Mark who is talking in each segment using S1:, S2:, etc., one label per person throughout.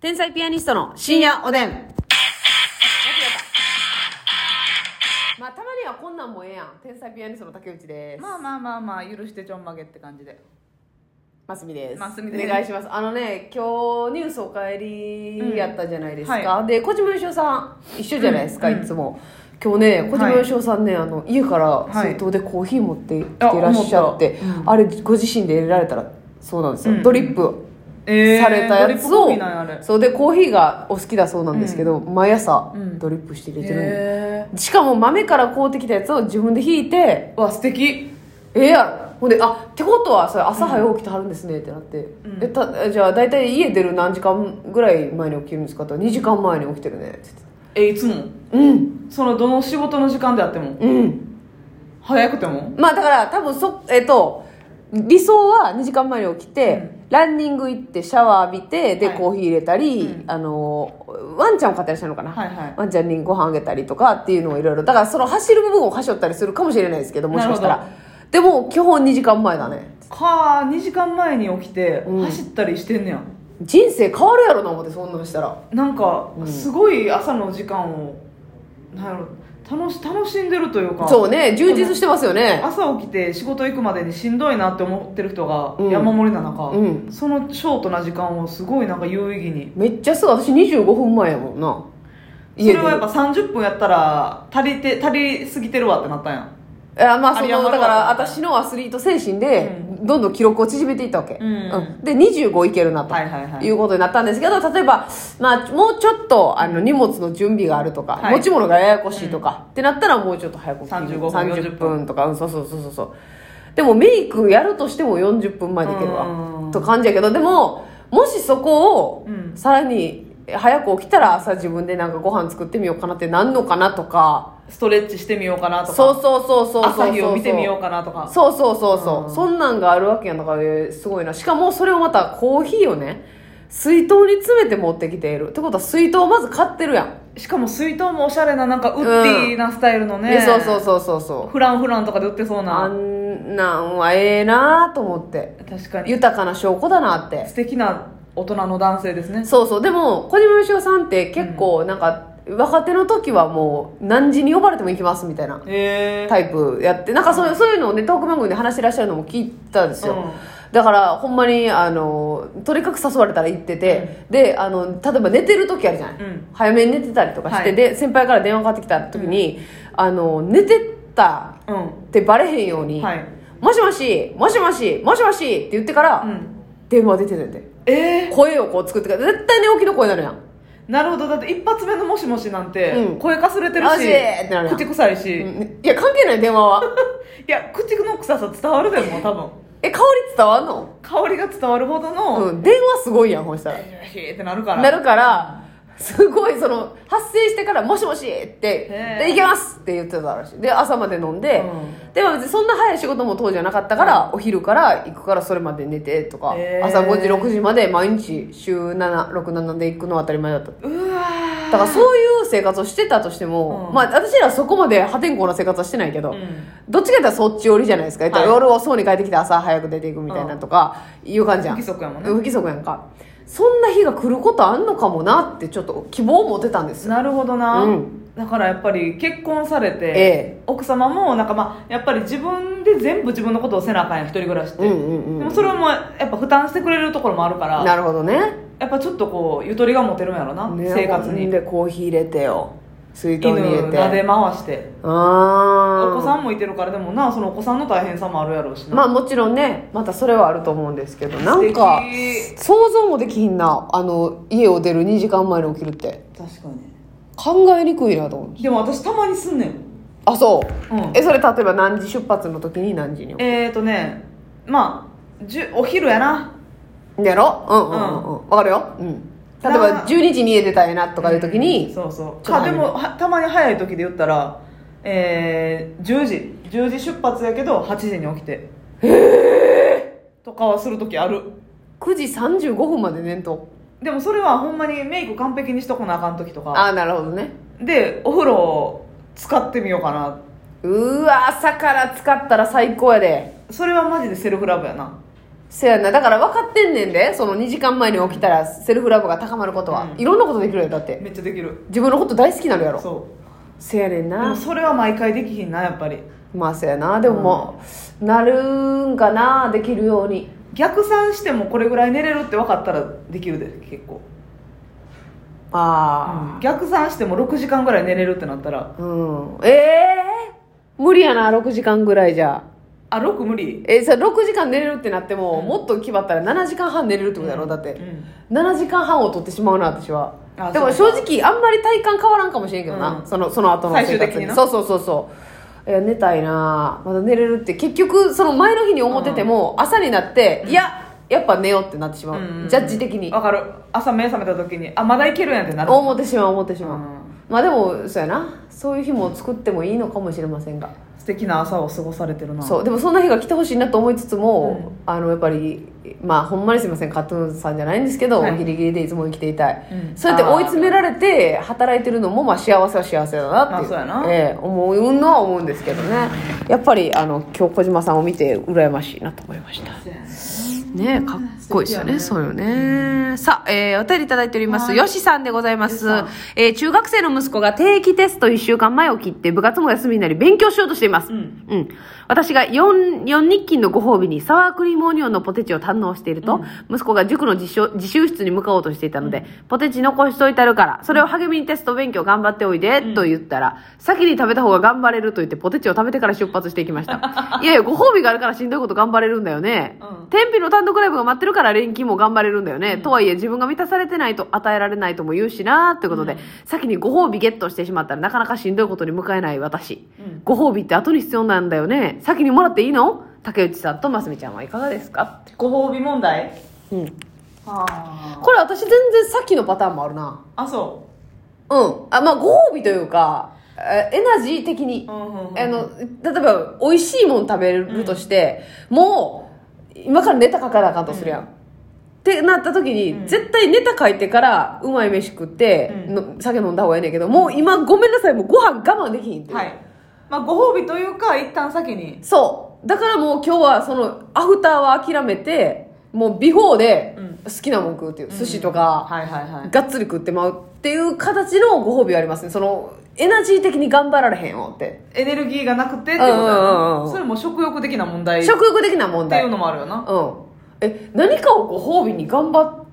S1: 天才ピアニストの深夜おでん。まあ、たまにはこんなんもええやん。天才ピアニストの竹内です。
S2: まあまあまあまあ許してちょんまげって感じで
S1: ますみです。
S2: ますみです
S1: お願いします。あのね、今日ニュースおかえりやったじゃないですか。
S2: うんは
S1: で、小島よしおさん、一緒じゃないですか、
S2: うん
S1: いつも。今日ね、小島よしおさんね、あの、家から水筒でコーヒー持ってきてらっしゃって、
S2: あ思ったうん
S1: あれ、ご自身で入れられたら、そうなんですよ。
S2: うん
S1: ドリップ
S2: え
S1: されたやつを、
S2: なんやあれ
S1: そうでコーヒーがお好きだそうなんですけど、毎朝
S2: うん
S1: ドリップして入れてるんで、
S2: へ
S1: しかも豆から買うてきたやつを自分でひいて
S2: えわ素敵
S1: ええやろほんであってことはそれ朝早う起きてはるんですねってなって、
S2: ん
S1: えたじゃあ大体家出る何時間ぐらい前に起きるんですかって2時間前に起きてるねって
S2: えいつも
S1: 言って
S2: そのどの仕事の時間であっても
S1: うんうん
S2: 早くても
S1: まあだから多分そえっと理想は2時間前に起きて、ランニング行ってシャワー浴びてで、
S2: はい
S1: コーヒー入れたり、
S2: うん
S1: あのワンちゃんを飼ってらっしゃるのかな、
S2: はいはい
S1: ワンちゃんにご飯あげたりとかっていうのをいろいろだからその走る部分を走ったりするかもしれないですけどもしかした
S2: なる
S1: らでも基本2時間前だね
S2: かあ2時間前に起きて
S1: うん
S2: 走ったりしてんねや、
S1: 人生変わるやろな思ってそんなのしたら
S2: なんか
S1: うん
S2: すごい朝の時間をなんやろ楽し楽しんでるというか
S1: そうね充実してますよね
S2: 朝起きて仕事行くまでにしんどいなって思ってる人が
S1: うん
S2: 山盛りな中、
S1: う
S2: そのショートな時間をすごいなんか有意義に
S1: めっちゃすぐ私25分前やもんな
S2: そ
S1: 家
S2: れ
S1: で
S2: はやっぱ30分やったら足りて足りすぎてるわってなったんや
S1: いやまあそ
S2: 有り
S1: のだ
S2: 余るわ
S1: から私のアスリート精神でどんどん記録を縮めていったわけ、
S2: うん
S1: で25いけるなと、
S2: はいはいはい
S1: いうことになったんですけど例えば、まあ、もうちょっとあの荷物の準備があるとか、
S2: はい
S1: 持ち物がややこしいとか、ってなったらもうちょっと早く起きる
S2: 35分
S1: 30分とか、うん、そうそうそうそうそうでもメイクやるとしても40分前でいける
S2: う
S1: わ
S2: ん
S1: と感じやけどでももしそこを
S2: うん
S1: さらに早く起きたら朝自分でなんかご飯作ってみようかなってなんのかなとか
S2: ストレッチしてみようかなとか
S1: そうそうそうそうそうそう
S2: 朝日を見てみようかなとか
S1: そうそうそうそう、
S2: うん
S1: そんなんがあるわけやんだからえーすごいなしかもそれをまたコーヒーをね水筒に詰めて持ってきているってことは水筒をまず買ってるやん、
S2: しかも水筒もおしゃれななんかウッディーなスタイルのね、
S1: でそうそうそうそうそう
S2: フランフランとかで売ってそう
S1: あ
S2: なん
S1: なんはええなと思って
S2: 確かに
S1: 豊かな証拠だなって
S2: 素敵な大人の男性ですね
S1: そうそうでも小島よしおさんって結構なんか、若手の時はもう何時に呼ばれても行きますみたいな
S2: へえ
S1: タイプやってなんかそういうそういうのをねトーク番組で話してらっしゃるのも聞いたんですよ、
S2: うん
S1: だからほんまにあのとにかく誘われたら行ってて、であの例えば寝てる時あるじゃない、
S2: うん
S1: 早めに寝てたりとかして、
S2: はい
S1: で先輩から電話かかってきた時に、あの寝てた
S2: うん
S1: ってバレへんように、
S2: はい
S1: もしもしもしもしもしもしって言ってから、
S2: うん
S1: 電話出てたんで
S2: ええ
S1: 声をこう作ってから絶対寝起きの声になるやん
S2: なるほどだって一発目の「もしもし」なんて、
S1: うん
S2: 声かすれてる
S1: もしっ
S2: し
S1: てなるやん
S2: 口臭いし、い
S1: うんいや関係ない電話は
S2: や口の臭さ伝わるでも多分
S1: え香り伝わんの、
S2: 香りが伝わるほどの、
S1: うん、電話すごいやんほんしたら
S2: へーってなるから
S1: なるからすごいその発生してから「もしもし」って「
S2: へー
S1: で行けます!」って言ってたらしいで朝まで飲んで、
S2: うん
S1: でも別にそんな早い仕事も当時はなかったから、お昼から行くからそれまで寝てとか、
S2: へー
S1: 朝5時6時まで毎日週767で行くのは当たり前だった
S2: うわー
S1: だからそういう生活をしてたとしても、
S2: うん
S1: まあ私らはそこまで破天荒な生活はしてないけど、
S2: うん
S1: どっちかっていうとそっち寄りじゃないですか、言ったら
S2: はい
S1: 夜遅うに帰ってきて朝早く出ていくみたいなとかいう感じやん
S2: 不規則やもんね
S1: 不規則やんかそんな日が来ることあんのかもなってちょっと希望を持てたんですよ
S2: なるほどな、
S1: うん
S2: だからやっぱり結婚されて、
S1: え
S2: 奥様もなんかまあやっぱり自分で全部自分のことをせなあかんやん一人暮らしって、
S1: うんうんうん
S2: でもそれもやっぱ負担してくれるところもあるから
S1: なるほどね
S2: やっぱちょっとこうゆとりが持てるんやろな、
S1: ね
S2: 生活
S1: ほん
S2: に
S1: でコーヒー入れてよ水筒に
S2: 犬
S1: 入れて
S2: 撫で回して
S1: あー
S2: お子さんもいてるからでもなそのお子さんの大変さもあるやろうしな、
S1: まあもちろんねまたそれはあると思うんですけどなんか
S2: 素敵
S1: 想像もできひんなあの家を出る2時間前に起きるって
S2: 確かに
S1: 考えにくいなと思う
S2: でも私たまにすんねん
S1: あそう、
S2: うん
S1: えそれ例えば何時出発の時に何時に
S2: えーとねまあじゅお昼やな
S1: やろうんうんうんうんわかるよ、うん、例えば
S2: な
S1: 12時に家出たいなとかいう時に、
S2: そう
S1: ち
S2: そう
S1: ょっと
S2: かでもはたまに早い時で言ったらえー、10時10時出発やけど8時に起きてへえとかはする時ある
S1: 9時35分まで寝んと
S2: でもそれはほんまにメイク完璧にしとこなあかん時と
S1: あ
S2: か
S1: あなるほどね
S2: でお風呂使ってみようかな
S1: うーわ朝から使ったら最高やで
S2: それはマジでセルフラブやな
S1: せやなだから分かってんねんでその2時間前に起きたらセルフラブが高まることは、
S2: うん
S1: いろんなことできるよだって
S2: めっちゃできる
S1: 自分のこと大好きになるやろ
S2: そ
S1: せやねん
S2: うでも
S1: な
S2: それは毎回できひんなやっぱり
S1: まあせやなでももう、なるんかなできるように
S2: 逆算してもこれぐらい寝れるって分かったらできるで結構、
S1: あ
S2: 逆算しても6時間ぐらい寝れるってなったら
S1: あうん、ええ無理やな6時間ぐらいじゃ
S2: あ6無理
S1: えさ6時間寝れるってなっても、もっと決まったら7時間半寝れるってことやろだって、
S2: うん
S1: 7時間半を取ってしまうな私は
S2: あ
S1: でも
S2: そ
S1: 正直あんまり体感変わらんかもしれんけどな、
S2: うん
S1: そのその後の生
S2: 最終
S1: 活
S2: 的に
S1: に
S2: な
S1: そうそうそうそういや寝たいなまだ寝れるって結局その前の日に思ってても、朝になって、いややっぱ寝ようってなってしまう、
S2: うん
S1: ジャッジ的に
S2: 分かる朝目覚めた時にあまだいけるやんってなる
S1: 思ってしまう思ってしまう、
S2: うん
S1: まあでもそうやなそういう日も作ってもいいのかもしれませんが、
S2: 素敵な朝を過ごされてるな
S1: そうでもそんな日が来てほしいなと思いつつも、あのやっぱりまあほんまにすいませんカトゥーンさんじゃないんですけど、
S2: はい
S1: ギリギリでいつも生きていたい、
S2: うん
S1: そうやって追い詰められて働いてるのもまあ幸せは幸せだなってい
S2: まあそうやな
S1: ええ思うのは思うんですけどねやっぱりあの今日小島さんを見て羨ましいなと思いましたねかっこいいですよね
S2: 素
S1: そうよねさあ、えーお便りいただいております
S2: はい
S1: よしさんでございます
S2: よしさん、
S1: えー中学生の息子が定期テスト1週間前を切って部活も休みになり勉強しようとしています
S2: うん
S1: うん、私が 4, 4日勤のご褒美にサワークリームオニオンのポテチを堪能していると、息子が塾の自習自習室に向かおうとしていたので、ポテチ残しといたるからそれを励みにテスト勉強頑張っておいで、と言ったら先に食べた方が頑張れると言ってポテチを食べてから出発していきましたいやいやご褒美があるからしんどいこと頑張れるんだよね、
S2: うん
S1: 天日の単独ライブが待ってるから連勤も頑張れるんだよね、とはいえ自分が満たされてないと与えられないとも言うしなということで、先にご褒美ゲットしてしまったらなかなかしんどいことに向かえない私、
S2: うん
S1: ご褒美って後に必要なんだよね先にもらっていいの竹内さんとますみちゃんはいかがですか、
S2: ご褒美問題
S1: うん、
S2: はあ
S1: これ私全然さっきのパターンもあるな
S2: あそ
S1: うんあまあご褒美というかえエナジー的に、
S2: う、うんうんうん
S1: あの例えば美味しいもん食べるとして、もう今からネタ書かなあかんとするやん、ってなった時に、
S2: うん
S1: 絶対ネタ書いてからうまい飯食って、
S2: うん
S1: の酒飲んだ方がいいねんけどもう今ごめんなさいもうご飯我慢できひんっていう
S2: はいまあご褒美というか一旦先に
S1: そうだからもう今日はそのアフターは諦めてもうビフォーで
S2: うん
S1: 好きなもん食うっていう、寿司とか、
S2: はいはいはい
S1: がっつり食ってまうっていう形のご褒美はありますねそのエナジー的に頑張られへんよって
S2: エネルギーがなくてってことだ
S1: うんうんうん
S2: よ
S1: う
S2: ね
S1: ん
S2: それも食欲的な問題って
S1: 食欲的な問
S2: い
S1: 題
S2: う
S1: うん
S2: のもあるよな
S1: え何かをご褒美に頑張っ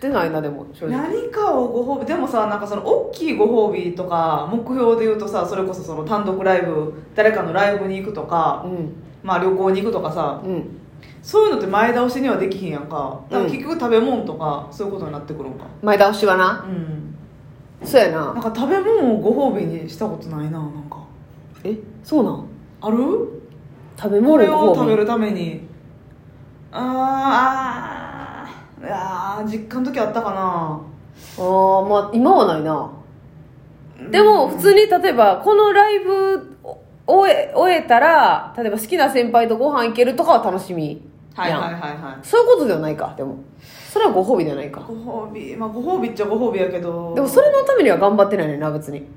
S1: てないなでも正直
S2: 何かをご褒美でもさなんかその大きいご褒美とか目標で言うとさそれこそその単独ライブ誰かのライブに行くとか
S1: う、ん
S2: まあ、旅行に行くとかさ
S1: うん
S2: そういうのって前倒しにはできひんやんかだから
S1: うん
S2: 結局食べ物とかそういうことになってくるんか
S1: 前倒しは
S2: う
S1: なんそうや
S2: なん
S1: な
S2: か食べ物をご褒美にしたことないななんか
S1: えそうなん
S2: ある
S1: 食べ物
S2: これを
S1: ご
S2: 食べ
S1: 褒美
S2: るためにあーあーいやー実家の時あったかな
S1: ああまあ今はないなでも普通に例えばこのライブを終え終えたら例えば好きな先輩とご飯行けるとかは楽しみやん、
S2: はいはいはいはい
S1: そういうことではないかでもそれはご褒美ではないか
S2: ご褒美まあご褒美っちゃご褒美やけど
S1: でもそれのためには頑張ってないねんな別に
S2: うん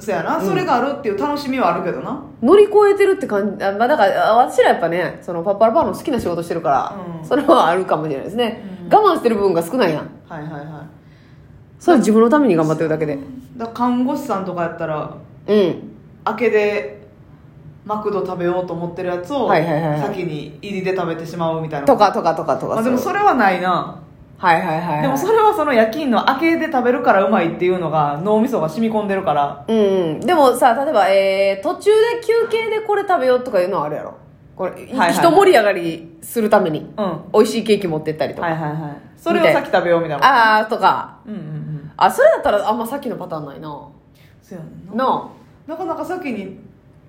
S2: そやなそれがあるっていう楽しみはあるけどな、
S1: 乗り越えてるって感じあまあだからあ私らやっぱねそのパッパラパーの好きな仕事してるから、
S2: うん
S1: それはあるかもしれないですね、
S2: うん
S1: 我慢してる部分が少ないやん
S2: はいはいはい
S1: それは自分のために頑張ってるだけで
S2: だから看護師さんとかやったら
S1: うん
S2: 明けでマクド食べようと思ってるやつを
S1: はいはいはいはい
S2: 先に入りで食べてしまうみたいな、
S1: とかとかとかとか
S2: まあ、でもそれはないな
S1: はいはいはい、はい、
S2: でもそれはその夜勤の明けで食べるからうまいっていうのが脳みそが染み込んでるから
S1: うんうん、でもさ例えば、えー途中で休憩でこれ食べようとかいうのはあるやろこれ、い
S2: はいはい
S1: 一盛り上がりするために
S2: うんは
S1: 美味しいケーキ持ってったり
S2: い
S1: とか、
S2: はいはいそれを先食べようみたいな
S1: ああとか
S2: うんうんうん
S1: あそれだったらあんまさっきのパターンないな
S2: そやねんな
S1: な
S2: なかなか先に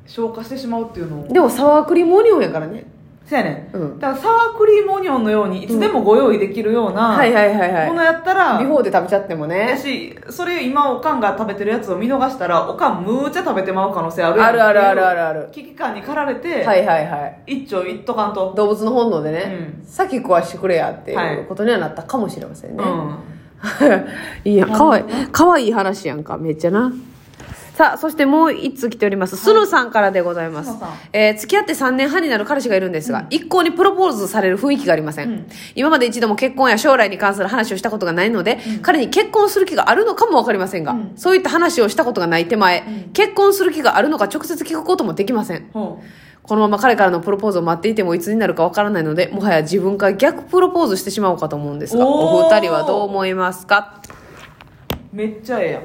S2: 消化してしまうっていうの
S1: あ
S2: を
S1: でもサワークリームオニオンやからね
S2: そやねん、
S1: うん
S2: だからサワークリームオニオンのようにいつでもご用意できるような
S1: はいはいはい
S2: も
S1: は
S2: のやったら、
S1: いビフォーで食べちゃっても
S2: や
S1: ね
S2: しそれ今おかんが食べてるやつを見逃したらおかんむーちゃ食べてまう可能性あるやん
S1: あるあるあるあるある
S2: 危機感に駆られて、
S1: はいはいはい
S2: 一丁いっとかんと、
S1: 動物の本能でね、
S2: う
S1: さっき食わしてくれやって
S2: は
S1: いう
S2: い
S1: ことにはなったかもしれませんね、
S2: うん
S1: いいやかわいいかわいい話やんかめっちゃなさあ、そしてもう一通来ております。スヌさんからでございます
S2: スヌさん。
S1: えー付き合って3年半になる彼氏がいるんですが、一向にプロポーズされる雰囲気がありません,、
S2: うん
S1: 今まで一度も結婚や将来に関する話をしたことがないので、彼に結婚する気があるのかもわかりませんが、
S2: うん
S1: そういった話をしたことがない手前、
S2: うん
S1: 結婚する気があるのか直接聞くこともできません。
S2: ほ
S1: このまま彼からのプロポーズを待っていてもいつになるかわからないので、もはや自分から逆プロポーズしてしまおうかと思うんですが、
S2: おー
S1: お二人はどう思いますか
S2: うめっちゃええやん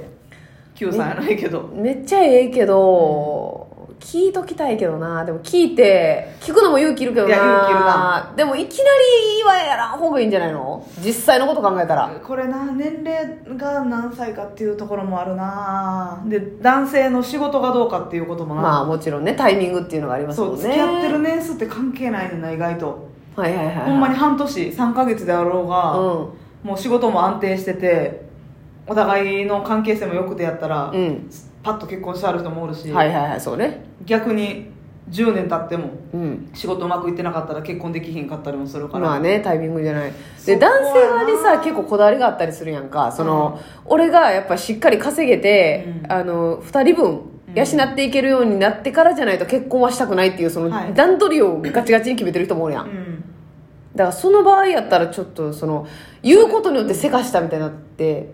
S2: Q さんやないけど
S1: めっちゃええけど、聞いときたいけどな。でも聞いて、聞くのも勇気いるけど
S2: いや勇気いるな。
S1: でもいきなり言わやらん方がいいんじゃないの実際のこと考えたら。
S2: これな年齢が何歳かっていうところもあるなで男性の仕事がどうかっていうこともな、
S1: まあもちろんね、タイミングっていうのがあります
S2: そ
S1: も
S2: うん
S1: ね。
S2: 付き合ってる。年数って関係ないねんな意外と
S1: はいはいはい、はい。
S2: ほんまに半年3ヶ月であろうが、もう仕事も安定しててお互いの関係性もよくてやったら、
S1: うん。うん。
S2: パッと結婚してある人もおるし、
S1: はいはいはい、そうね。
S2: 逆に10年経っても
S1: うん。
S2: 仕事うまくいってなかったら結婚できひんかったりもするから、
S1: まあねタイミングじゃない
S2: そこ
S1: で
S2: はな
S1: 男性側にさ結構こだわりがあったりするやんかその、俺がやっぱしっかり稼げて、
S2: うん
S1: あの2人分
S2: うん
S1: 養っていけるようになってからじゃないと結婚はしたくないっていうその
S2: はい
S1: 段取りをガチガチに決めてる人もおるやん、
S2: うん
S1: だからその場合やったらちょっとその言うことによってせかしたみたいになって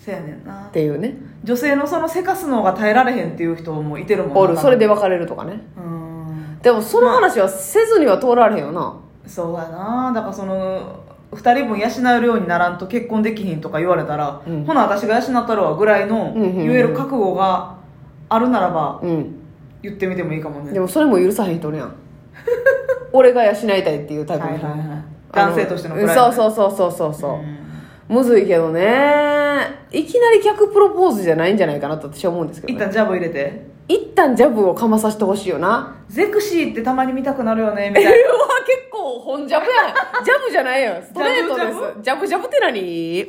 S2: せやねんな
S1: っていうね
S2: 女性のそのせかすのが耐えられへんっていう人もいてるもんな
S1: おるそれで別れるとかね
S2: うん
S1: でもその話はせずには通られへんよな
S2: そうやなだからその2人分養えるようにならんと結婚できひんとか言われたら、
S1: うん
S2: ほな私が養ったるわぐらいの
S1: うんうんうん
S2: 言える覚悟があるならば
S1: うん
S2: 言ってみてもいいかもね
S1: でもそれも許さへん人お るやん俺が養いたいっていうタイプ
S2: は
S1: の
S2: いはい
S1: 人
S2: はい男性としての
S1: うん
S2: ド
S1: そうそうそうそうそうそうう、
S2: ん
S1: むずいけどねいきなり逆プロポーズじゃないんじゃないかなと私は思うんですけ
S2: 一
S1: ど、ね、
S2: 旦ジャブ入れて
S1: 一旦ジャブをかまさせてほしいよな
S2: ゼクシーってたまに見たくなるよね み
S1: う
S2: たい
S1: わ
S2: な
S1: 結構本ジャブやんジャブじゃないよストレートですジャブジャブって何